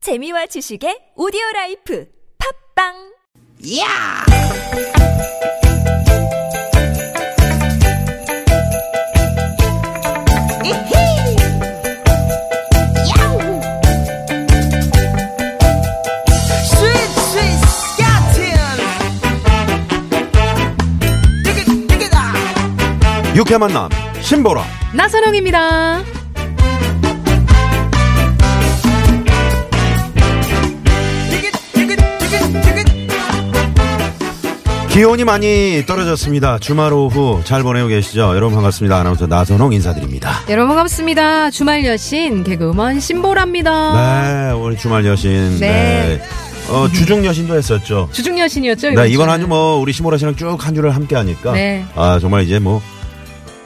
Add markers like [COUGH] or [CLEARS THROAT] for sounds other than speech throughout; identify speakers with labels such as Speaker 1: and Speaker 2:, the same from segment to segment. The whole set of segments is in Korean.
Speaker 1: 재미와 지식의 오디오 라이프 팝빵
Speaker 2: 야! 이히! 야우! 스윗 스윗 스캇틴! 띠깃 띠깃아!
Speaker 3: 육회 만남 신보라
Speaker 4: 나선홍입니다.
Speaker 2: 띠깃 띠깃 띠깃 띠깃
Speaker 3: 기온이 많이 떨어졌습니다 주말 오후 잘 보내고 계시죠 여러분 반갑습니다 아나운서 나선홍 인사드립니다
Speaker 4: 여러분 반갑습니다. 주말 여신 개그우먼
Speaker 3: 네
Speaker 4: 신보라입니다.
Speaker 3: 오늘 주말 여신
Speaker 4: 네.
Speaker 3: 어, 주중 여신도 했었죠
Speaker 4: 주중 여신이었죠?
Speaker 3: 네 이번 한 주 뭐 우리 신보라 씨랑 쭉 한 주를 함께 하니까
Speaker 4: 그렇죠. 네.
Speaker 3: 아 정말 이제 뭐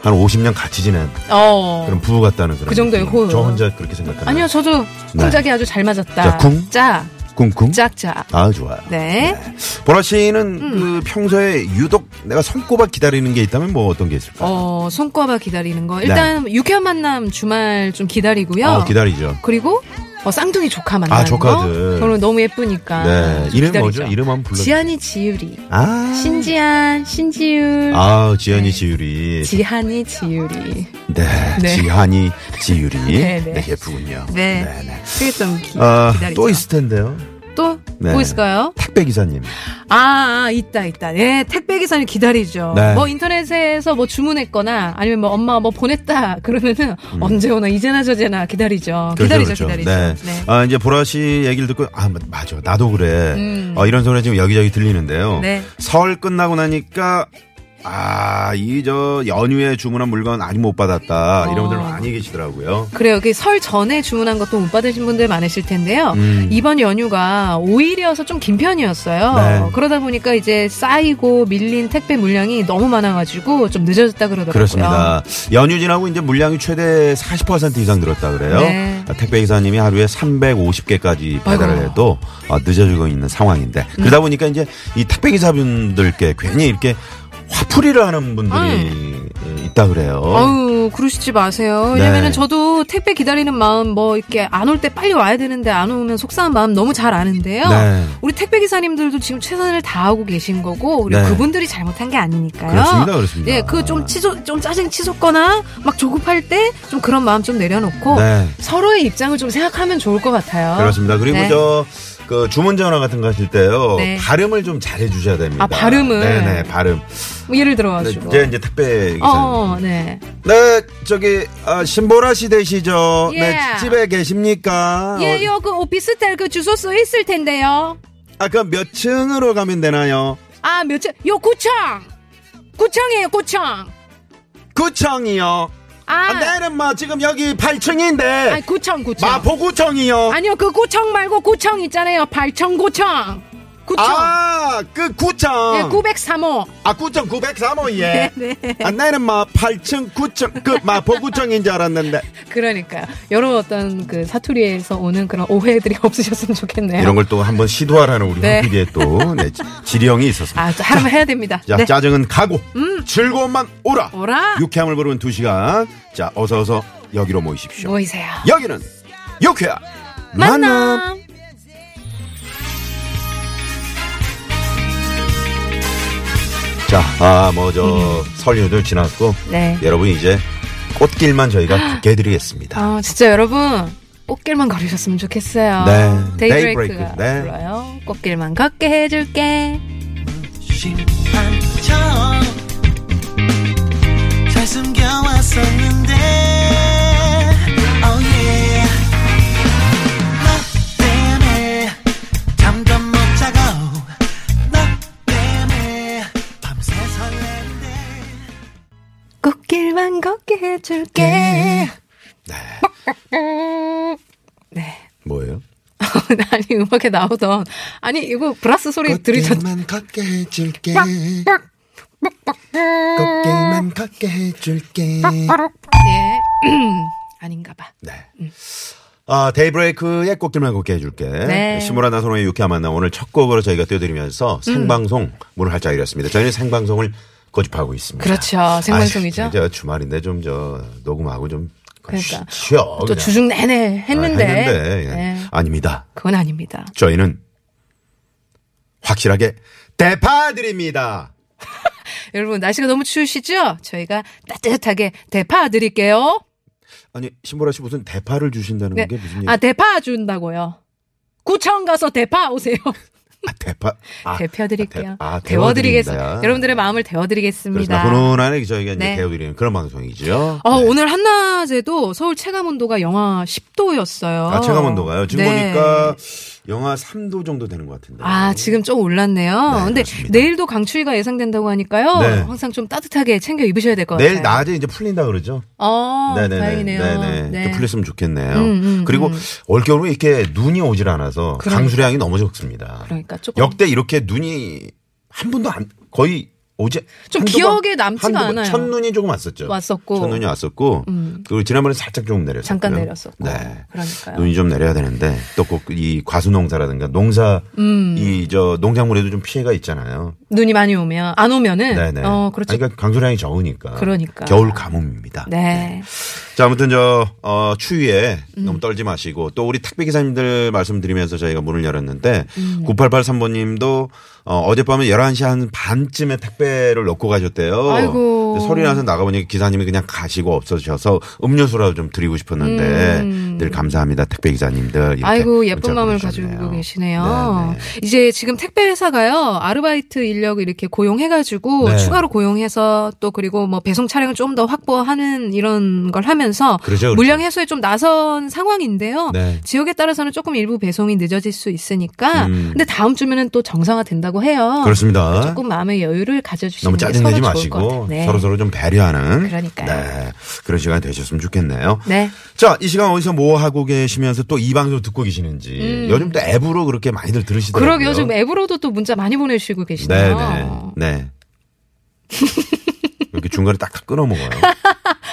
Speaker 3: 한 50년 같이 지낸
Speaker 4: 어.
Speaker 3: 그런 부부 같다는 그런
Speaker 4: 그 정도의
Speaker 3: 느낌.
Speaker 4: 호흡.
Speaker 3: 저 혼자 그렇게 생각합니다
Speaker 4: 아니요, 저도
Speaker 3: 네.
Speaker 4: 쿵짝이 아주 잘 맞았다.
Speaker 3: 자, 쿵?
Speaker 4: 짝,
Speaker 3: 꿍꿍
Speaker 4: 짝짝.
Speaker 3: 아 좋아요
Speaker 4: 네. 음.
Speaker 3: 보라 씨는 그 평소에 유독 내가 손꼽아 기다리는 게 있다면 뭐 어떤 게 있을까요
Speaker 4: 어, 손꼽아 기다리는 거. 일단 유쾌한 만남 주말 좀 기다리고요.
Speaker 3: 네. 어, 기다리죠
Speaker 4: 그리고 어, 쌍둥이 조카 만나는
Speaker 3: 아, 조카들.
Speaker 4: 거. 저는 너무 예쁘니까.
Speaker 3: 네.
Speaker 4: 좀
Speaker 3: 이름
Speaker 4: 아, 기다리죠.
Speaker 3: 뭐죠? 이름 한번 불러.
Speaker 4: 지한이 지유리.
Speaker 3: 아.
Speaker 4: 신지한, 신지율.
Speaker 3: 아, 예. 지연이
Speaker 4: 네.
Speaker 3: 지유리.
Speaker 4: 지한이 지유리.
Speaker 3: 네.
Speaker 4: 네. [LAUGHS]
Speaker 3: 지한이 지유리. 네,
Speaker 4: 네, 네.
Speaker 3: 예쁘군요.
Speaker 4: 네.
Speaker 3: 네.
Speaker 4: 그게 좀 기,
Speaker 3: 아,
Speaker 4: 다리죠
Speaker 3: 또 있을 텐데요.
Speaker 4: 또
Speaker 3: 네.
Speaker 4: 뭐 있을까요?
Speaker 3: 택배 기사님.
Speaker 4: 아, 아, 있다, 있다. 예, 택배 기사님 기다리죠.
Speaker 3: 네.
Speaker 4: 뭐 인터넷에서 뭐 주문했거나 아니면 뭐 엄마 뭐 보냈다 그러면은 언제 오나 이제나 저제나 기다리죠. 기다리죠,
Speaker 3: 음. 그렇죠, 그렇죠.
Speaker 4: 기다리죠.
Speaker 3: 네.
Speaker 4: 네.
Speaker 3: 아, 이제 보라 씨 얘기를 듣고 아, 마- 맞아. 나도 그래.
Speaker 4: 음.
Speaker 3: 어, 이런 소리 지금 여기저기 들리는데요.
Speaker 4: 네.
Speaker 3: 설 끝나고 나니까 아, 이 저 연휴에 주문한 물건 아직 못 받았다. 이런
Speaker 4: 어.
Speaker 3: 분들 많이 계시더라고요.
Speaker 4: 그래요. 여기 설 전에 주문한 것도 못 받으신 분들 많으실 텐데요.
Speaker 3: 음.
Speaker 4: 이번 연휴가 5일이어서 좀 긴 편이었어요.
Speaker 3: 네.
Speaker 4: 그러다 보니까 이제 쌓이고 밀린 택배 물량이 너무 많아가지고 좀 늦어졌다 그러더라고요.
Speaker 3: 그렇습니다. 연휴 지나고 이제 물량이 최대 40% 이상 늘었다 그래요.
Speaker 4: 네.
Speaker 3: 아, 택배 기사님이 하루에 350개까지 배달을
Speaker 4: 아이고. 음.
Speaker 3: 해도 아, 늦어지고 있는 상황인데 그러다 보니까 이제 이 택배 기사분들께 괜히 이렇게 화풀이를 하는 분들이 있다 그래요.
Speaker 4: 음. 아유, 그러시지 마세요.
Speaker 3: 어. 네.
Speaker 4: 왜냐면은 저도 택배 기다리는 마음 뭐 이렇게 안 올 때 빨리 와야 되는데 안 오면 속상한 마음 너무 잘 아는데요.
Speaker 3: 네.
Speaker 4: 우리 택배 기사님들도 지금 최선을 다하고 계신 거고 그리고
Speaker 3: 네.
Speaker 4: 그분들이 잘못한 게 아니니까요.
Speaker 3: 그렇습니다, 그렇습니다.
Speaker 4: 예, 그 좀 치솟 좀 짜증 치솟거나 막 조급할 때 좀 그런 마음 좀 내려놓고
Speaker 3: 네.
Speaker 4: 서로의 입장을 좀 생각하면 좋을 것 같아요.
Speaker 3: 그렇습니다. 그리고
Speaker 4: 네.
Speaker 3: 저 그 주문 전화 같은 거 하실 때요.
Speaker 4: 네.
Speaker 3: 발음을 좀 잘해 주셔야 됩니다.
Speaker 4: 아, 발음을?
Speaker 3: 네네, 발음.
Speaker 4: 뭐 예를
Speaker 3: 근데
Speaker 4: 들어가지고.
Speaker 3: 네, 이제, 이제 택배 기사님.
Speaker 4: 어, 어, 네.
Speaker 3: 네, 저기 아, 신보라 씨 되시죠?
Speaker 4: 예.
Speaker 3: 네, 집에 계십니까?
Speaker 4: 예, 요 그 오피스텔 그 주소서 있을 텐데요.
Speaker 3: 아, 그럼 몇 층으로 가면 되나요?
Speaker 4: 아, 며칠, 요 구청! 구청이에요, 구청!
Speaker 3: 구청이요.
Speaker 4: 아,
Speaker 3: 아, 내는 마 지금 여기 8층인데
Speaker 4: 아니, 구청, 구청.
Speaker 3: 마포구청이요.
Speaker 4: 아니요, 그 구청 말고 구청 있잖아요. 발청구청! 구청!
Speaker 3: 아, 그 구청.
Speaker 4: 네, 903호.
Speaker 3: 아, 구청 903호 예.
Speaker 4: 네, 네.
Speaker 3: 아, 내는 마 8층 구청 그 마포구청인 줄 알았는데.
Speaker 4: 그러니까요. 여러 어떤 그 사투리에서 오는 그런 오해들이 [LAUGHS] 없으셨으면 좋겠네요.
Speaker 3: 이런 걸 또 한번 시도하라는 우리
Speaker 4: 네.
Speaker 3: 한국의 또 네, 지- 지령이 있었습니다.
Speaker 4: 아, 또 하면 해야 됩니다.
Speaker 3: 자,
Speaker 4: 네. 음.
Speaker 3: 짜증은 가고 즐거움만 오라.
Speaker 4: 오라.
Speaker 3: 유쾌함을 부르는 두 시간. 자, 어서 어서 여기로 모이십시오.
Speaker 4: 모이세요.
Speaker 3: 여기는 유쾌한 만남.
Speaker 4: 만남!
Speaker 3: 자, 아, 뭐 저 설 연휴 지났고
Speaker 4: 네.
Speaker 3: 여러분 이제 꽃길만 저희가 걷게 해드리겠습니다.
Speaker 4: 아, 진짜 여러분. 꽃길만 걸으셨으면 좋겠어요.
Speaker 3: 네,
Speaker 4: 데이브레이크가
Speaker 3: 데이브레이크, 네.
Speaker 4: 불러요. 꽃길만 걷게 해줄게.
Speaker 5: 심판처럼 잘 숨겨왔었는데 oh yeah 너 때문에 잠도 못 자고 너 때문에 밤새 설레는데
Speaker 4: 꽃길만 걷게 해줄게. 음. 네.
Speaker 3: 뭐예요?
Speaker 4: [LAUGHS] 아니 음악에 나오던 아니 이거 브라스 소리 들으셨
Speaker 3: 꽃길만 걷게 해줄게.
Speaker 4: 빡.
Speaker 3: 꽃길만 걷게 해줄게.
Speaker 4: 예. [CLEARS THROAT] 아닌가 봐.
Speaker 3: 네. 아, 데이브레이크의 꽃길만 걷게 해줄게.
Speaker 4: 네.
Speaker 3: 시모라 나선호의 유쾌한 만남 오늘 첫 곡으로 저희가
Speaker 4: 음.
Speaker 3: 띄워드리면서 생방송 문을 활짝 열었습니다. 저희는 생방송을 고집하고 있습니다.
Speaker 4: 그렇죠. 생방송이죠.
Speaker 3: 아, 이제 주말인데 좀 저 녹음하고 좀
Speaker 4: 그러니까
Speaker 3: 쉬어.
Speaker 4: 또
Speaker 3: 그냥.
Speaker 4: 주중 내내 했는데,
Speaker 3: 아, 했는데, 예.
Speaker 4: 네,
Speaker 3: 아닙니다.
Speaker 4: 그건 아닙니다.
Speaker 3: 저희는 확실하게 대파드립니다.
Speaker 4: 여러분 날씨가 너무 추우시죠? 저희가 따뜻하게 대파 드릴게요.
Speaker 3: 아니 신보라 씨 무슨 대파를 주신다는
Speaker 4: 네.
Speaker 3: 게 무슨 얘기?
Speaker 4: 아 대파 준다고요. 구청 가서 대파 오세요.
Speaker 3: 아, 대파. 아,
Speaker 4: [LAUGHS] 대표드릴게요.
Speaker 3: 아, 대- 아,
Speaker 4: 데워드리겠습니다.
Speaker 3: 데워드립니다.
Speaker 4: 여러분들의 마음을 데워드리겠습니다.
Speaker 3: 그렇습니다. 훈훈하게 저희가 이제
Speaker 4: 네.
Speaker 3: 데워드리는 그런 방송이죠.
Speaker 4: 어, 오늘 한낮에도 서울 체감온도가 영하 10도였어요.
Speaker 3: 아, 체감온도가요.
Speaker 4: 네.
Speaker 3: 지금 보니까 영하 3도 정도 되는 것 같은데.
Speaker 4: 아, 지금 좀 올랐네요.
Speaker 3: 네,
Speaker 4: 근데
Speaker 3: 그렇습니다.
Speaker 4: 내일도 강추위가 예상된다고 하니까요.
Speaker 3: 네.
Speaker 4: 항상 좀 따뜻하게 챙겨 입으셔야 될 것 같아요.
Speaker 3: 내일 낮에 이제 풀린다 그러죠.
Speaker 4: 네. 어,
Speaker 3: 네네네.
Speaker 4: 다행이네요.
Speaker 3: 네네. 또
Speaker 4: 네.
Speaker 3: 풀렸으면 좋겠네요.
Speaker 4: 음, 음,
Speaker 3: 그리고
Speaker 4: 음.
Speaker 3: 올겨울에 이렇게 눈이 오질 않아서
Speaker 4: 그러니까.
Speaker 3: 강수량이 너무 적습니다.
Speaker 4: 그러니까 조금
Speaker 3: 역대 이렇게 눈이 한 번도 안 거의 오지
Speaker 4: 좀
Speaker 3: 한두
Speaker 4: 기억에
Speaker 3: 번,
Speaker 4: 남지가
Speaker 3: 한두 번.
Speaker 4: 않아요.
Speaker 3: 첫눈이 조금 왔었죠.
Speaker 4: 왔었고. 음.
Speaker 3: 첫눈이 왔었고 그리고 지난번에 살짝 조금 내렸었고
Speaker 4: 잠깐 내렸었고.
Speaker 3: 네.
Speaker 4: 그러니까요.
Speaker 3: 눈이 좀 내려야 되는데 또 꼭 이 과수농사라든가 농사
Speaker 4: 음.
Speaker 3: 이 저 농작물에도 좀 피해가 있잖아요.
Speaker 4: 눈이 많이 오면 안 오면은
Speaker 3: 네네.
Speaker 4: 어, 그렇죠.
Speaker 3: 아니, 그러니까 강수량이 적으니까.
Speaker 4: 그러니까.
Speaker 3: 겨울 가뭄입니다.
Speaker 4: 네.
Speaker 3: 자, 아무튼 저, 어, 추위에 너무 떨지 마시고 또 우리 택배 기사님들 말씀드리면서 저희가 문을 열었는데
Speaker 4: 음.
Speaker 3: 9883번 님도 어, 어젯밤에 11시 한 반쯤에 택배를 넣고 가셨대요.
Speaker 4: 아이고.
Speaker 3: 근데 소리 나서 나가보니 기사님이 그냥 가시고 없어지셔서 음료수라도 좀 드리고 싶었는데 늘 감사합니다. 택배 기사님들. 이렇게
Speaker 4: 음. 아이고 예쁜
Speaker 3: 문자
Speaker 4: 마음을
Speaker 3: 보내주셨네요.
Speaker 4: 가지고 계시네요.
Speaker 3: 네, 네.
Speaker 4: 이제 지금 택배 회사가요 아르바이트 인력을 이렇게 고용해가지고
Speaker 3: 네.
Speaker 4: 추가로 고용해서 또 그리고 뭐 배송 차량을 좀 더 확보하는 이런 걸 하면서
Speaker 3: 그렇죠, 그러죠, 그러죠.
Speaker 4: 물량 해소에 좀 나선 상황인데요.
Speaker 3: 네.
Speaker 4: 지역에 따라서는 조금 일부 배송이 늦어질 수 있으니까
Speaker 3: 음.
Speaker 4: 근데 다음 주면은 또 정상화 된다고 해요.
Speaker 3: 그렇습니다.
Speaker 4: 아, 조금 마음의 여유를 가져주시는
Speaker 3: 너무
Speaker 4: 게
Speaker 3: 짜증내지
Speaker 4: 서로 좋을 것 같아요.
Speaker 3: 마시고
Speaker 4: 네.
Speaker 3: 서로 서로 좀 배려하는
Speaker 4: 그러니까요.
Speaker 3: 네, 그런 시간 되셨으면 좋겠네요.
Speaker 4: 네.
Speaker 3: 자, 이 시간 어디서 뭐 하고 계시면서 또 이 방송 듣고 계시는지 요즘 또 앱으로 그렇게 많이들 들으시더라고요.
Speaker 4: 음. 그러게요. 지금 앱으로도 또 문자 많이 보내주시고
Speaker 3: 네,
Speaker 4: 계시네요.
Speaker 3: 네,
Speaker 4: [LAUGHS]
Speaker 3: 네. 이렇게 중간에 딱 끊어 먹어요.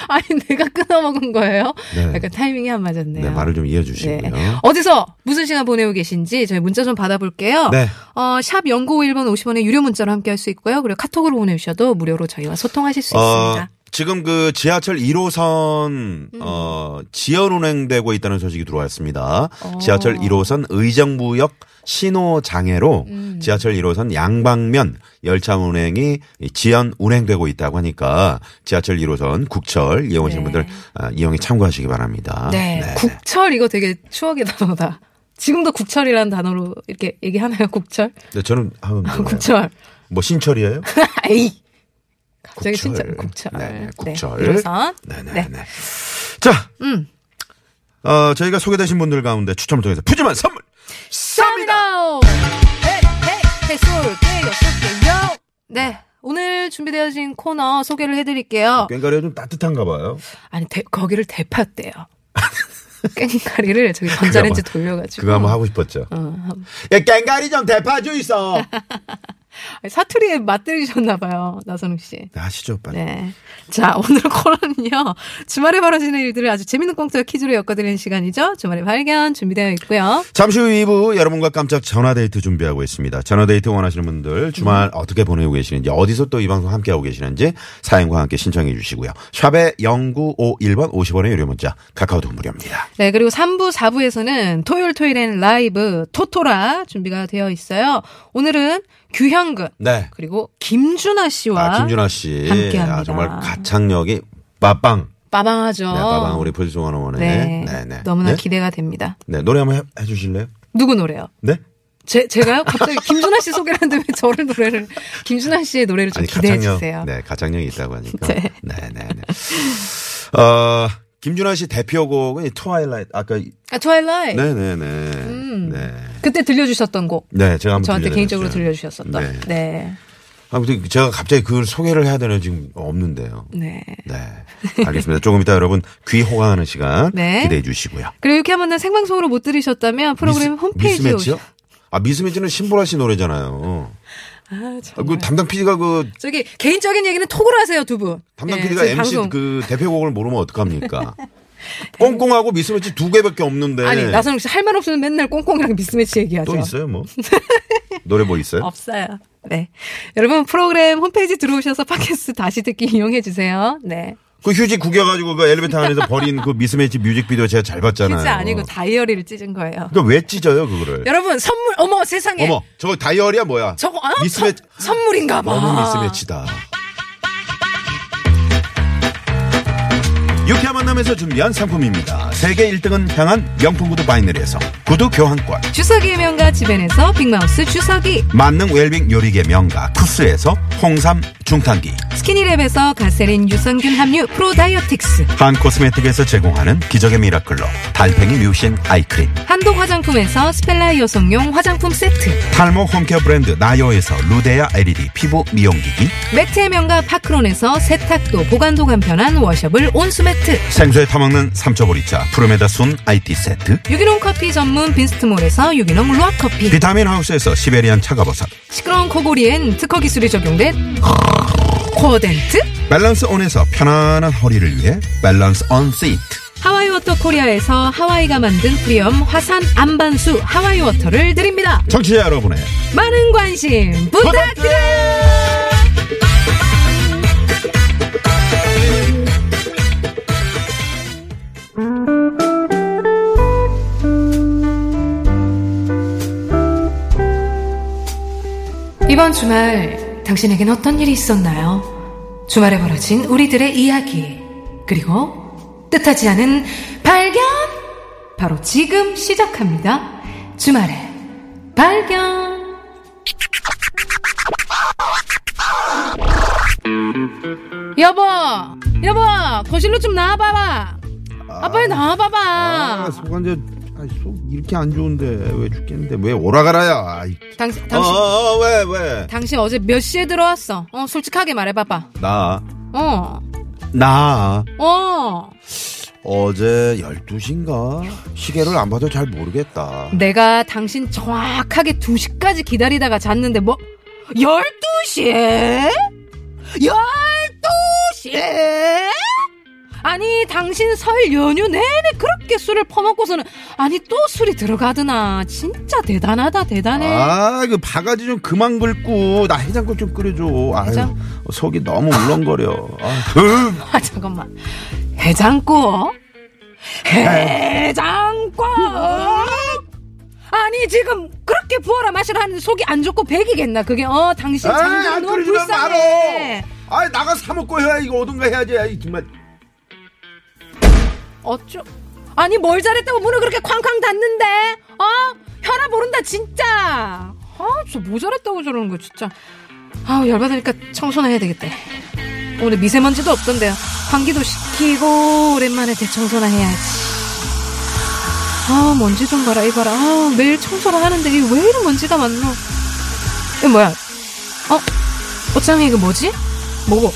Speaker 4: 아니 내가 끊어먹은 거예요?
Speaker 3: 네.
Speaker 4: 약간 타이밍이 안 [LAUGHS] 맞았네요.
Speaker 3: 네, 말을 좀 이어
Speaker 4: 네.
Speaker 3: 주시고요.
Speaker 4: 어디서 무슨 시간 보내고 계신지 저희 문자 좀 받아볼게요.
Speaker 3: 네.
Speaker 4: 어, 샵 연고 1번 50원에 유료 문자로 함께 할 수 있고요. 그리고 카톡으로 보내주셔도 무료로 저희와 소통하실 수 있습니다.
Speaker 3: 어,
Speaker 4: 음.
Speaker 3: 지금 그 지하철 1호선 어 지연 운행되고 있다는 소식이 들어왔습니다. 지하철 1호선 의정부역 신호 장애로
Speaker 4: 음.
Speaker 3: 지하철 1호선 양방면 열차 운행이 지연 운행되고 있다고 하니까 지하철 1호선 국철 이용하시는
Speaker 4: 네.
Speaker 3: 분들 아, 이용에 참고하시기 바랍니다.
Speaker 4: 네. 국철 이거 되게 추억의 단어다. 지금도 국철이라는 단어로 이렇게 얘기하나요? 국철?
Speaker 3: 네, 저는 하면 되나요?
Speaker 4: 국철. [LAUGHS]
Speaker 3: 뭐 신철이에요?
Speaker 4: 에이. 갑자기
Speaker 3: 국철.
Speaker 4: 진짜 국철.
Speaker 3: 네, 네, 국철.
Speaker 4: 그래서
Speaker 3: 네네네. 자,
Speaker 4: 음.
Speaker 3: 어, 저희가 소개되신 분들 가운데 추첨을 통해서 푸짐한 선물
Speaker 4: 쌉니다. 네. 오늘 준비되어진 코너 소개를 해드릴게요.
Speaker 3: 꽹가리가 좀 따뜻한가 봐요.
Speaker 4: 아니, 대- 거기를 대팠대요. [LAUGHS] 깽가리를 저기 전자레인지 돌려가지고.
Speaker 3: 그거 어, 한번 하고 싶었죠. 야, 깽가리 좀 대파주 있어. [LAUGHS]
Speaker 4: 아니, 사투리에 맞들리셨나봐요. 나선욱 씨.
Speaker 3: 하시죠, 빨리.
Speaker 4: 네. 자, 오늘 코너는요. 주말에 벌어지는 일들을 아주 재밌는 꽁트와 퀴즈로 엮어드리는 시간이죠. 주말에 발견 준비되어 있고요.
Speaker 3: 잠시 후 2부 여러분과 깜짝 전화데이트 준비하고 있습니다. 전화데이트 원하시는 분들 주말 어떻게 보내고 계시는지 어디서 또 이 방송 함께하고 계시는지 사연과 함께 신청해 주시고요. 샵에 0951번 50원의 유료 문자 카카오톡 무료입니다.
Speaker 4: 네, 그리고 3부, 4부에서는 토요일 토요일엔 라이브 토토라 준비가 되어 있어요. 오늘은 규현근
Speaker 3: 네.
Speaker 4: 그리고 김준하 씨와
Speaker 3: 아, 김준아 씨.
Speaker 4: 함께합니다.
Speaker 3: 아, 정말 가창력이 빠빵.
Speaker 4: 빠방하죠.
Speaker 3: 네, 빠빵 우리 프로듀서 원어원의
Speaker 4: 네, 너무나
Speaker 3: 네?
Speaker 4: 기대가 됩니다.
Speaker 3: 네, 노래 한번 해, 해주실래요?
Speaker 4: 누구 노래요?
Speaker 3: 네?
Speaker 4: 제, 제가요?
Speaker 3: [LAUGHS]
Speaker 4: 갑자기 김준하 씨 소개를 하는데 왜 저를 노래를, 김준하 씨의 노래를 좀
Speaker 3: 아니
Speaker 4: 기대해
Speaker 3: 가창력,
Speaker 4: 주세요.
Speaker 3: 네 가창력이 있다고 하니까.
Speaker 4: [LAUGHS] 네.
Speaker 3: 네, 네, 네. 어 김준하 씨 대표곡은 이 트와일라이트 아까 이-
Speaker 4: 아, 트와일라이.
Speaker 3: 네, 네, 네, 네,
Speaker 4: 그때 들려주셨던 곡.
Speaker 3: 네 제가 한번
Speaker 4: 음. 저한테
Speaker 3: 들려드렸죠.
Speaker 4: 개인적으로 들려주셨었던.
Speaker 3: 네.
Speaker 4: 네.
Speaker 3: 아무튼 제가 갑자기 그걸 소개를 해야 되나 지금 없는데요.
Speaker 4: 네.
Speaker 3: 네, 알겠습니다. 조금 이따 여러분 귀 호강하는 시간
Speaker 4: 네.
Speaker 3: 기대해 주시고요.
Speaker 4: 그리고 이렇게 한번 생방송으로 못 들으셨다면 프로그램
Speaker 3: 미스-
Speaker 4: 홈페이지에
Speaker 3: 미스매치요?
Speaker 4: 오시-
Speaker 3: 아 미스매치는 신보라 씨 노래잖아요.
Speaker 4: 아, 참.
Speaker 3: 아, 그 담당 PD가 그
Speaker 4: 저기 개인적인 얘기는 톡으로 하세요 두 분.
Speaker 3: 담당
Speaker 4: 예,
Speaker 3: PD가
Speaker 4: 저희
Speaker 3: MC
Speaker 4: 방송. 네.
Speaker 3: 그 대표곡을 모르면
Speaker 4: [LAUGHS]
Speaker 3: 어떡합니까? 꽁꽁하고 미스매치 두 개밖에 없는데.
Speaker 4: 아니 나선욱 씨 할 말 없으면 맨날 꽁꽁이랑 미스매치 얘기하죠.
Speaker 3: 네. 또 있어요,
Speaker 4: [LAUGHS]
Speaker 3: 뭐? 노래 뭐 있어요?
Speaker 4: 없어요. 네. 여러분 프로그램 홈페이지 들어오셔서 팟캐스트 다시 듣기 이용해 주세요. 네.
Speaker 3: 그 휴지 구겨가지고 그 엘리베이터 안에서 버린 그 미스매치 뮤직비디오 제가 잘 봤잖아요.
Speaker 4: 휴지 아니고 다이어리를 찢은 거예요.
Speaker 3: 그러니까 왜 찢어요 그거를?
Speaker 4: 여러분 선물 어머 세상에
Speaker 3: 어머 저거 다이어리야 뭐야?
Speaker 4: 저거 아,
Speaker 3: 미스매치
Speaker 4: 선- 선물인가 봐.
Speaker 3: 너무 미스매치다. 유쾌한 만남에서 준비한 상품입니다. 세계 1등은 향한 명품 구두 바이너리에서 구두 교환권.
Speaker 4: 주석이의 명가 지벤에서 빅마우스 주석이
Speaker 3: 만능 웰빙 요리계 명가 쿠스에서 홍삼 중탕기.
Speaker 4: 스키니랩에서 가세린 유산균 함유 프로 다이어틱스
Speaker 3: 한 코스메틱에서 제공하는 기적의 미라클로 달팽이 뮤신 아이크림.
Speaker 4: 한독 화장품에서 스펠라 여성용 화장품 세트
Speaker 3: 탈모 홈케어 브랜드 나요에서 루데아 LED 피부 미용기기.
Speaker 4: 매트의 명가 파크론에서 세탁도 보관도 간편한 워셔블 온수매트
Speaker 3: 생수에 타먹는 삼초보리차 푸르메다 순 IT 세트.
Speaker 4: 유기농 커피 전문 빈스트몰에서 유기농 루아커피
Speaker 3: 비타민 하우스에서 시베리안 차가버섯.
Speaker 4: 시끄러운 코골이엔 특허 기술이 적용된 코어덴트
Speaker 3: 밸런스 온에서 편안한 허리를 위해 밸런스 온 시트.
Speaker 4: 하와이 워터 코리아에서 하와이가 만든 프리엄 화산 안반수 하와이 워터를 드립니다
Speaker 3: 청취자 여러분의
Speaker 4: 많은 관심 부탁드려요 이번 주말 당신에겐 어떤 일이 있었나요? 주말에 벌어진 우리들의 이야기 그리고 뜻하지 않은 발견 바로 지금 시작합니다 주말에 발견 여보 여보 거실로 좀 나와봐봐 아 빨리 나와봐봐 아.
Speaker 3: 속안제 속 이렇게 안 좋은데 왜 죽겠는데 왜 오라가라야?
Speaker 4: 당, 당신
Speaker 3: 어왜 왜?
Speaker 4: 당신 어제 몇 시에 들어왔어? 어, 솔직하게 말해봐봐.
Speaker 3: 나
Speaker 4: 어,
Speaker 3: 나.
Speaker 4: 어.
Speaker 3: 어제 12시인가? 시계를 안 봐도 잘 모르겠다.
Speaker 4: 내가 당신 정확하게 2시까지 기다리다가 잤는데 뭐, 12시에? 12시에? 아니, 당신 설 연휴 내내 그렇게 술을 퍼먹고서는, 아니, 또 술이 들어가드나. 진짜 대단하다, 대단해.
Speaker 3: 아, 그 바가지 좀 그만 긁고 나 해장국 좀 끓여줘. 아유,
Speaker 4: 해장?
Speaker 3: 속이 너무 울렁거려. 아, 으음.
Speaker 4: [LAUGHS] 아 잠깐만 해장국 해장국 아니 지금 그렇게 부어라 마시라 하는 속이 안 좋고 백이겠나 그게 어 당신
Speaker 3: 에이,
Speaker 4: 장난
Speaker 3: 안
Speaker 4: 너무
Speaker 3: 끓이지
Speaker 4: 불쌍해
Speaker 3: 아, 말어. 아, 나가 사 먹고 해야 이거 어딘가 해야지. 아이, 정말.
Speaker 4: 어쩌 아니 뭘 잘했다고 문을 그렇게 쾅쾅 닫는데 어 혈압 오른다 진짜 아 진짜 뭐 잘했다고 저러는 거야 진짜 아우 열받으니까 청소나 해야 되겠다 오늘 미세먼지도 없던데요 환기도 시키고 오랜만에 대청소나 해야지 아 먼지 좀 봐라 이봐라 아 매일 청소를 하는데 이게 왜 이런 먼지가 많노 이거 뭐야 어 옷장에 이거 뭐지 뭐고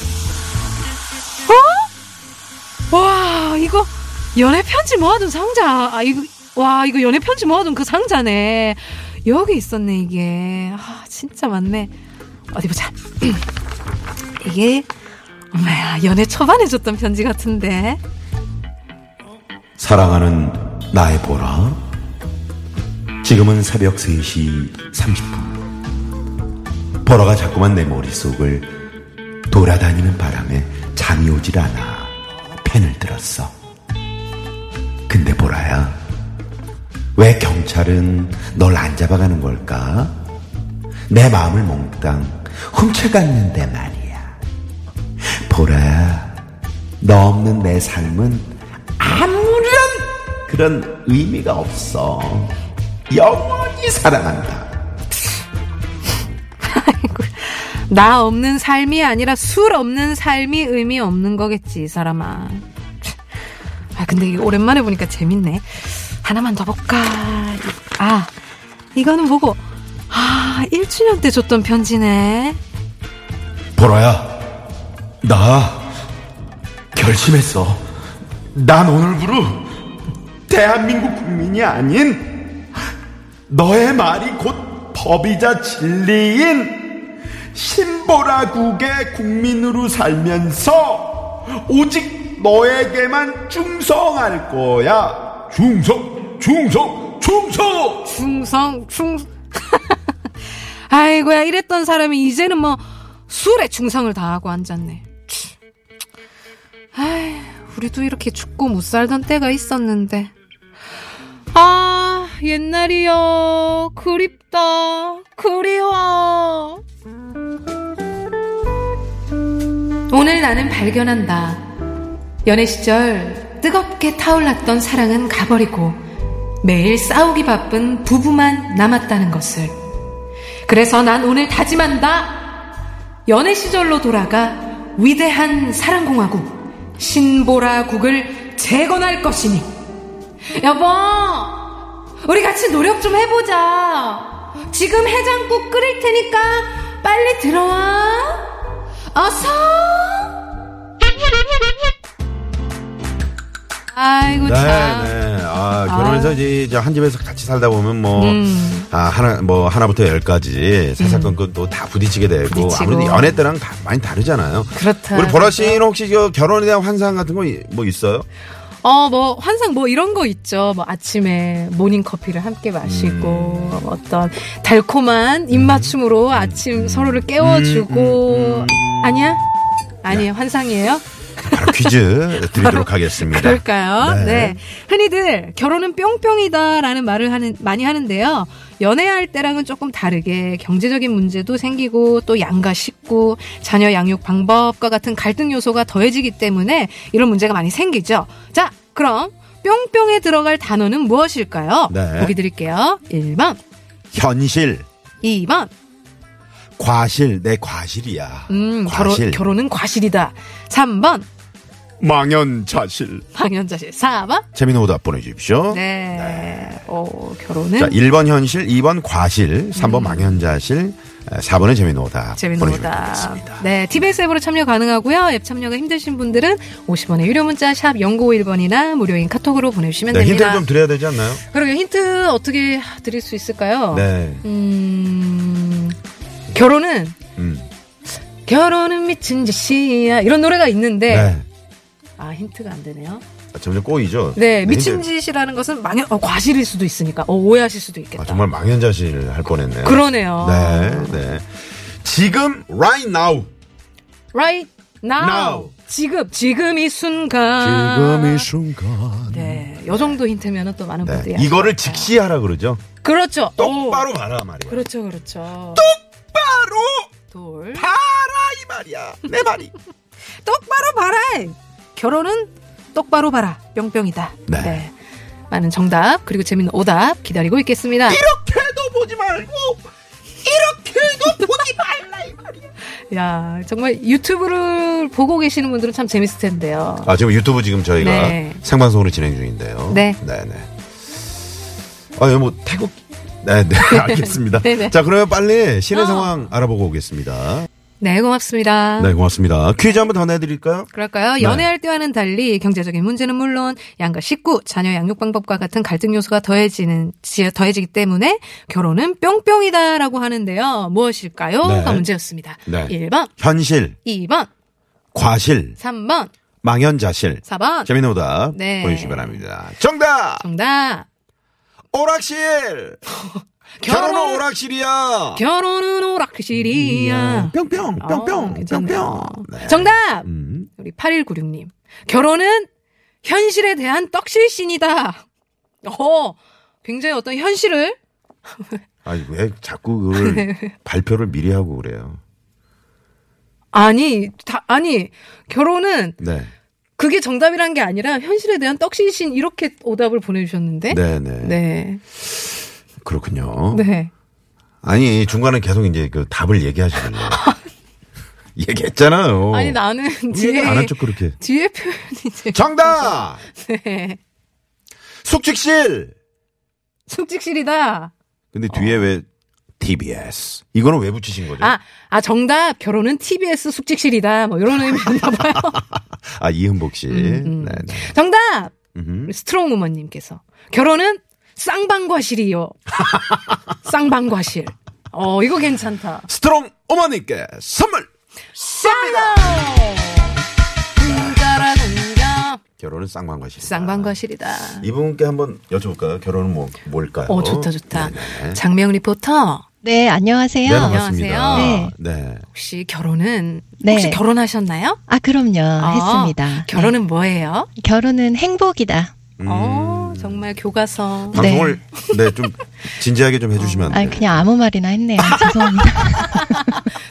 Speaker 4: 와 이거 연애 편지 모아둔 상자 아 이거 와 이거 연애 편지 모아둔 그 상자네 여기 있었네 이게 아 진짜 많네 어디 보자 [CLEARS THROAT] 이게 엄마야 연애 초반에 줬던 편지 같은데
Speaker 3: 사랑하는 나의 보라. 지금은 새벽 3시 30분. 보라가 자꾸만 내 머릿속을 돌아다니는 바람에 잠이 오질 않아 펜을 들었어. 근데 보라야, 왜 경찰은 널 안 잡아가는 걸까? 내 마음을 몽땅 훔쳐갔는데 말이야. 보라야, 너 없는 내 삶은 아무런 그런 의미가 없어. 영원히 사랑한다.
Speaker 4: 나 없는 삶이 아니라 술 없는 삶이 의미 없는 거겠지 이 사람아 아 근데 이게 오랜만에 보니까 재밌네 하나만 더 볼까 아 이거는 뭐고 아 1주년 때 줬던 편지네
Speaker 3: 보라야, 나 결심했어. 난 오늘부로 대한민국 국민이 아닌 너의 말이 곧 법이자 진리인 신보라국의 국민으로 살면서 오직 너에게만 충성할 거야. 충성, 충성, 충성!
Speaker 4: 충성 [LAUGHS] 충 아이고야 이랬던 사람이 이제는 뭐 술에 충성을 다하고 앉았네 아휴, 우리도 이렇게 죽고 못 살던 때가 있었는데. 아, 옛날이요. 그립다. 그리워. 오늘 나는 발견한다. 연애 시절 뜨겁게 타올랐던 사랑은 가버리고 매일 싸우기 바쁜 부부만 남았다는 것을. 그래서 난 오늘 다짐한다. 연애 시절로 돌아가 위대한 사랑공화국 신보라국을 재건할 것이니 여보 우리 같이 노력 좀 해보자 지금 해장국 끓일 테니까 빨리 들어와 어서 아이고
Speaker 3: 네,
Speaker 4: 참
Speaker 3: 네. 아, 결혼해서 이제 이제 한 집에서 같이 살다 보면 뭐,
Speaker 4: 음.
Speaker 3: 아, 하나, 뭐, 하나부터 열까지 사사건건 또 다 부딪히게 되고,
Speaker 4: 부딪히고.
Speaker 3: 아무래도 연애 때랑 다 많이 다르잖아요.
Speaker 4: 그렇다.
Speaker 3: 우리 보라 씨는 혹시 저 결혼에 대한 환상 같은 거 뭐 있어요?
Speaker 4: 어, 뭐, 환상 뭐 이런 거 있죠. 뭐 아침에 모닝커피를 함께 마시고, 어떤 달콤한 입맞춤으로 아침 서로를 깨워주고. 아니야? 아니에요. 환상이에요?
Speaker 3: 바로
Speaker 4: [LAUGHS]
Speaker 3: 퀴즈 드리도록 하겠습니다.
Speaker 4: 그럴까요?
Speaker 3: 네.
Speaker 4: 네. 흔히들 결혼은 뿅뿅이다라는 말을 하는, 많이 하는데요. 연애할 때랑은 조금 다르게 경제적인 문제도 생기고 또 양가 식구, 자녀 양육 방법과 같은 갈등 요소가 더해지기 때문에 이런 문제가 많이 생기죠. 자, 그럼 뿅뿅에 들어갈 단어는 무엇일까요?
Speaker 3: 네.
Speaker 4: 보기 드릴게요. 1번,
Speaker 3: 현실,
Speaker 4: 2번.
Speaker 3: 과실, 내 과실이야.
Speaker 4: 음,
Speaker 3: 과실.
Speaker 4: 결혼, 결혼은 과실이다. 3번,
Speaker 3: 망연자실.
Speaker 4: 방연자실. 4번.
Speaker 3: 재미있는 오답 보내주십시오.
Speaker 4: 네. 어, 결혼은
Speaker 3: 자, 1번 현실, 2번 과실, 3번 망연자실, 4번은 재미있는 오답.
Speaker 4: 음. 재밌는
Speaker 3: 보내주시면
Speaker 4: 거다.
Speaker 3: 되겠습니다.
Speaker 4: 네, TBS 앱으로 참여 가능하고요. 앱 참여가 힘드신 분들은 50원의 유료 문자 샵 0951번이나 무료인 카톡으로 보내주시면
Speaker 3: 네, 힌트를
Speaker 4: 됩니다.
Speaker 3: 좀 드려야 되지 않나요?
Speaker 4: 그러게 힌트 어떻게 드릴 수 있을까요?
Speaker 3: 네.
Speaker 4: 음, 결혼은
Speaker 3: 음.
Speaker 4: 결혼은 미친 짓이야 이런 노래가 있는데
Speaker 3: 네.
Speaker 4: 아 힌트가 안 되네요.
Speaker 3: 아, 점점 꼬이죠?
Speaker 4: 네, 미친
Speaker 3: 힘들-
Speaker 4: 짓이라는 것은 망연 어, 과실일 수도 있으니까 어, 오해하실 수도 있겠다.
Speaker 3: 아, 정말 망연자실 할 뻔했네요.
Speaker 4: 그러네요.
Speaker 3: 네, 네. 지금, right now.
Speaker 4: Right now.
Speaker 3: Now.
Speaker 4: 지금 지금 이 순간
Speaker 3: 지금 이 순간.
Speaker 4: 네, 요 정도 힌트면은 또
Speaker 3: 음.
Speaker 4: 많은
Speaker 3: 네.
Speaker 4: 분들이
Speaker 3: 이거를
Speaker 4: 아실 거예요.
Speaker 3: 직시하라 그러죠.
Speaker 4: 그렇죠.
Speaker 3: 똑바로
Speaker 4: 오.
Speaker 3: 말아 말이야.
Speaker 4: 그렇죠, 그렇죠.
Speaker 3: 똑바로
Speaker 4: 돌.
Speaker 3: 봐라 이 말이야. 내 말이.
Speaker 4: 똑바로 봐라. 결혼은 똑바로 봐라. 뿅뿅이다.
Speaker 3: 네.
Speaker 4: 많은 정답 그리고 재밌는 오답 기다리고 있겠습니다.
Speaker 3: 이렇게도 보지 말고 이렇게도 보지 말라 이 말이야.
Speaker 4: [LAUGHS] 야 정말 유튜브를 보고 계시는 분들은 참 재밌을 텐데요.
Speaker 3: 아 지금 유튜브 지금 저희가
Speaker 4: 네.
Speaker 3: 생방송으로 진행 중인데요.
Speaker 4: 네.
Speaker 3: 네, 네. 아, 여기 뭐 태국 네, [LAUGHS] 네. 알겠습니다.
Speaker 4: 네, 네.
Speaker 3: 자, 그러면 빨리 시내
Speaker 4: 어.
Speaker 3: 상황 알아보고 오겠습니다.
Speaker 4: 네 고맙습니다.
Speaker 3: 네, 고맙습니다. 퀴즈 한번 더 내드릴까요? 네.
Speaker 4: 그럴까요? 연애할 때와는 달리 경제적인 문제는 물론 양가 식구, 자녀 양육 방법과 같은 갈등 요소가 더해지는 지- 더해지기 때문에 결혼은 뿅뿅이다라고 하는데요. 무엇일까요?가
Speaker 3: 네.
Speaker 4: 문제였습니다.
Speaker 3: 네.
Speaker 4: 1번,
Speaker 3: 현실,
Speaker 4: 2번,
Speaker 3: 과실,
Speaker 4: 3번,
Speaker 3: 망연자실.
Speaker 4: 4번.
Speaker 3: 재미있는 오답
Speaker 4: 네.
Speaker 3: 보내주시기 바랍니다. 정답!
Speaker 4: 정답. [LAUGHS]
Speaker 3: 오락실! 결혼 은 오락실이야!
Speaker 4: 결혼은 오락실이야.
Speaker 3: 뿅뿅,
Speaker 4: 아,
Speaker 3: 뿅뿅,
Speaker 4: 괜찮네요.
Speaker 3: 뿅뿅. 네.
Speaker 4: 정답.
Speaker 3: 음.
Speaker 4: 우리 8196님. 결혼은 현실에 대한 떡실신이다. 어, 굉장히 어떤 현실을
Speaker 3: 아니 왜 자꾸
Speaker 4: [LAUGHS]
Speaker 3: 그걸
Speaker 4: 네.
Speaker 3: 발표를 미리 하고 그래요?
Speaker 4: 아니, 다, 아니, 결혼은
Speaker 3: 네,
Speaker 4: 그게 정답이란 게 아니라 현실에 대한 떡신신 이렇게 오답을 보내주셨는데.
Speaker 3: 네, 네,
Speaker 4: 네.
Speaker 3: 그렇군요.
Speaker 4: 네.
Speaker 3: 아니 중간에 계속 이제 그 답을 얘기하시길래
Speaker 4: [LAUGHS]
Speaker 3: [LAUGHS] 얘기했잖아요.
Speaker 4: 아니, 나는 뒤에,
Speaker 3: 어. 안한 척 그렇게.
Speaker 4: 뒤에 표현이 이제.
Speaker 3: 정답
Speaker 4: 네.
Speaker 3: 숙직실.
Speaker 4: 숙직실이다.
Speaker 3: 근데 뒤에 왜 TBS? 이거는 왜 붙이신 거죠?
Speaker 4: 아, 아, 정답. 결혼은 TBS 숙직실이다. 뭐, 이런 의미였나
Speaker 3: [LAUGHS]
Speaker 4: 봐요.
Speaker 3: 아, 이은복 씨.
Speaker 4: 음.
Speaker 3: 네, 네.
Speaker 4: 정답!
Speaker 3: 음.
Speaker 4: 우리 스트롱우먼님께서. 결혼은
Speaker 3: [LAUGHS]
Speaker 4: 쌍방과실이요. 쌍방과실. 어, 이거 괜찮다.
Speaker 3: 스트롱 어머님께 선물.
Speaker 4: 쌍방! 둥가라둥가.
Speaker 3: 결혼은 쌍방과실.
Speaker 4: 쌍방과실이다.
Speaker 3: 이분께 한번 여쭤볼까요? 결혼은 뭐 뭘까요?
Speaker 4: 어, 좋다, 좋다.
Speaker 3: 네, 네.
Speaker 4: 장명 리포터,
Speaker 6: 네, 안녕하세요.
Speaker 3: 네, 반갑습니다.
Speaker 6: 안녕하세요.
Speaker 3: 네.
Speaker 4: 혹시 결혼은
Speaker 6: 네.
Speaker 4: 혹시 결혼하셨나요?
Speaker 6: 아, 그럼요.
Speaker 4: 아,
Speaker 6: 했습니다.
Speaker 4: 결혼은 뭐예요?
Speaker 6: 네. 결혼은 행복이다.
Speaker 3: 음,
Speaker 4: 어, 정말 교과서.
Speaker 6: 네.
Speaker 3: 방송을 네
Speaker 4: [LAUGHS]
Speaker 3: 좀 진지하게 좀 해주시면
Speaker 6: 아,
Speaker 3: 안 돼요.
Speaker 6: 그냥 아무 말이나 했네요. 죄송합니다.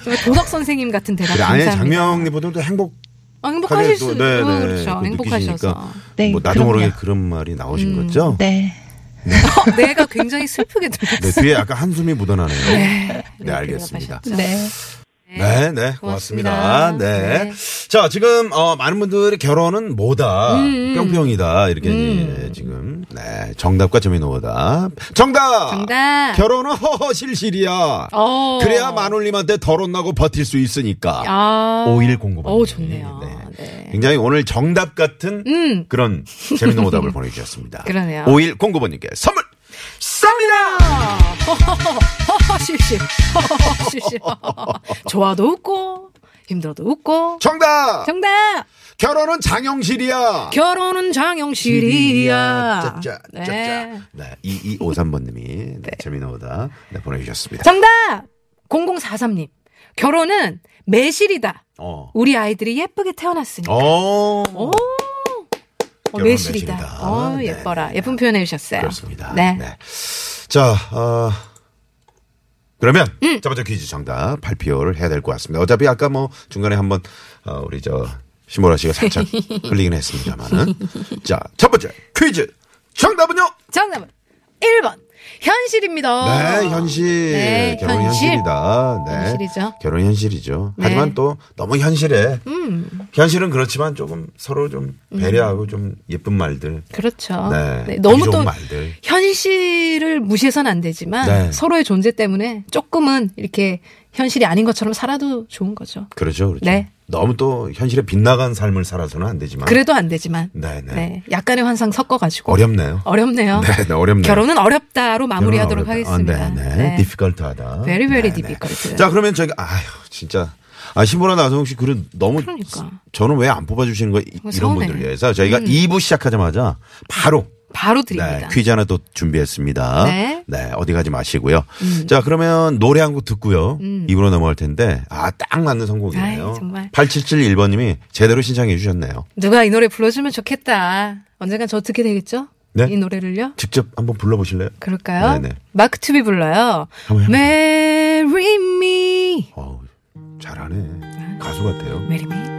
Speaker 4: 정말 도덕 선생님 같은 대답
Speaker 3: 그래, 아니
Speaker 4: 감사합니다.
Speaker 3: 장명님보다도 또 행복
Speaker 4: 아, 행복하실
Speaker 3: 또-
Speaker 4: 수,
Speaker 3: 네,
Speaker 4: 네,
Speaker 3: 네.
Speaker 4: 그렇죠.
Speaker 3: 또
Speaker 4: 행복하셔서. 음.
Speaker 3: 느끼시니까.
Speaker 6: 네,
Speaker 3: 뭐 나도 모르게
Speaker 6: 그럼요.
Speaker 3: 그런 말이 나오신 거죠? 네.
Speaker 6: 네.
Speaker 4: 어, 내가 굉장히 슬프게 들렸어요.
Speaker 3: 뒤에 약간 한숨이 묻어나네요.
Speaker 4: 네, 이렇게
Speaker 3: 알겠습니다.
Speaker 4: 대답하셨죠.
Speaker 6: 네.
Speaker 3: 네, 네, 고맙습니다.
Speaker 4: 고맙습니다.
Speaker 3: 네.
Speaker 4: 네. 음,
Speaker 3: 자, 지금, 어, 많은 분들이 결혼은 뭐다, 뿅뿅이다, 이렇게 이제 지금, 네, 정답과 재미노다 정답!
Speaker 4: 정답.
Speaker 3: 결혼은 허허실실이야.
Speaker 4: 네. 어.
Speaker 3: 그래야 마눌님한테 덜혼나고 버틸 수 있으니까.
Speaker 4: 아.
Speaker 3: 5109번.
Speaker 4: 오, 좋네요. 네.
Speaker 3: 굉장히 오늘 정답 같은
Speaker 4: 음.
Speaker 3: 그런 재밌는 오답을 보내주셨습니다.
Speaker 4: 그러네요. 아.
Speaker 3: 5109번님께 선물!
Speaker 4: 허허허허 실실. 허허허 실실. [LAUGHS] 좋아도 웃고 힘들어도 웃고.
Speaker 3: 정답!
Speaker 4: 정답.
Speaker 3: 결혼은 장영실이야.
Speaker 4: 결혼은 장영실이야.
Speaker 3: 짭짭,
Speaker 4: 네.
Speaker 3: 짭짭. 네, 2253번님이 네, 재미난 오다 네, 보내주셨습니다.
Speaker 4: 정답. 0043님. 결혼은 매실이다.
Speaker 3: 어.
Speaker 4: 우리 아이들이 예쁘게 태어났으니까.
Speaker 3: 어.
Speaker 4: 오. 어,
Speaker 3: 결혼
Speaker 4: 매실이다.
Speaker 3: 매실이다.
Speaker 4: 어,
Speaker 3: 네.
Speaker 4: 예뻐라. 예쁜 표현해 주셨어요.
Speaker 3: 그렇습니다.
Speaker 4: 네.
Speaker 3: 자, 어, 그러면
Speaker 4: 음.
Speaker 3: 첫 번째 퀴즈 정답 발표를 해야 될 것 같습니다. 어차피 아까 뭐 중간에 한번 어, 우리 저 신보라 씨가
Speaker 4: [LAUGHS]
Speaker 3: 살짝 흘리긴 했습니다만은. 자, 첫 번째 퀴즈 정답은요?
Speaker 4: 정답은 1번. 현실입니다.
Speaker 3: 네, 현실.
Speaker 4: 어. 네,
Speaker 3: 결혼
Speaker 4: 현실.
Speaker 3: 현실. 이다 네.
Speaker 4: 현실이죠.
Speaker 3: 결혼 현실이죠.
Speaker 4: 네. 음.
Speaker 3: 하지만 또 너무 현실해. 현실은 그렇지만 조금 서로 좀 배려하고 좀 예쁜 말들.
Speaker 4: 그렇죠.
Speaker 3: 네,
Speaker 4: 네, 너무
Speaker 3: 좋은
Speaker 4: 또
Speaker 3: 말들.
Speaker 4: 현실을 무시해서는 안 되지만
Speaker 3: 네.
Speaker 4: 서로의 존재 때문에 조금은 이렇게 현실이 아닌 것처럼 살아도 좋은 거죠.
Speaker 3: 그렇죠. 그렇죠.
Speaker 4: 네.
Speaker 3: 너무 또 현실에 빗나간 삶을 살아서는 안 되지만.
Speaker 4: 그래도 안 되지만
Speaker 3: 네, 네.
Speaker 4: 네, 약간의 환상 섞어가지고
Speaker 3: 어렵네요.
Speaker 4: 어렵네요.
Speaker 3: 네, 네, 어렵네요.
Speaker 4: 결혼은 어렵다로 마무리하도록
Speaker 3: 어렵다.
Speaker 4: 하겠습니다.
Speaker 3: 아, 네, 네. 디피컬트하다.
Speaker 4: Very, very
Speaker 3: 네, 네.
Speaker 4: difficult.
Speaker 3: 자, 그러면 저기 아휴, 진짜 아, 신보라 나성욱 씨 글은 너무
Speaker 4: 그러니까.
Speaker 3: 저는 왜 안 뽑아 주시는 거
Speaker 4: 너무
Speaker 3: 이런
Speaker 4: 서운해. 음.
Speaker 3: 분들 위해서 저희가 2부 시작하자마자 바로
Speaker 4: 바로
Speaker 3: 네,
Speaker 4: 드립니다.
Speaker 3: 퀴즈 하나 또 준비했습니다.
Speaker 4: 네. 음.
Speaker 3: 어디 가지 마시고요. 자, 그러면 노래 한 곡 듣고요. 입으로 넘어갈 텐데, 아, 딱 맞는 선곡이네요.
Speaker 4: 아이, 정말.
Speaker 3: 8771번님이 제대로 신청해 주셨네요.
Speaker 4: 누가 이 노래 불러주면 좋겠다. 언젠간 저 어떻게 되겠죠?
Speaker 3: 네?
Speaker 4: 이 노래를요?
Speaker 3: 직접 한번 불러보실래요?
Speaker 4: 그럴까요?
Speaker 3: 네네.
Speaker 4: 마크 투비 불러요.
Speaker 3: 한번 해봐요.
Speaker 4: Marry me.
Speaker 3: 어우, 잘하네. 가수 같아요.
Speaker 4: Marry me.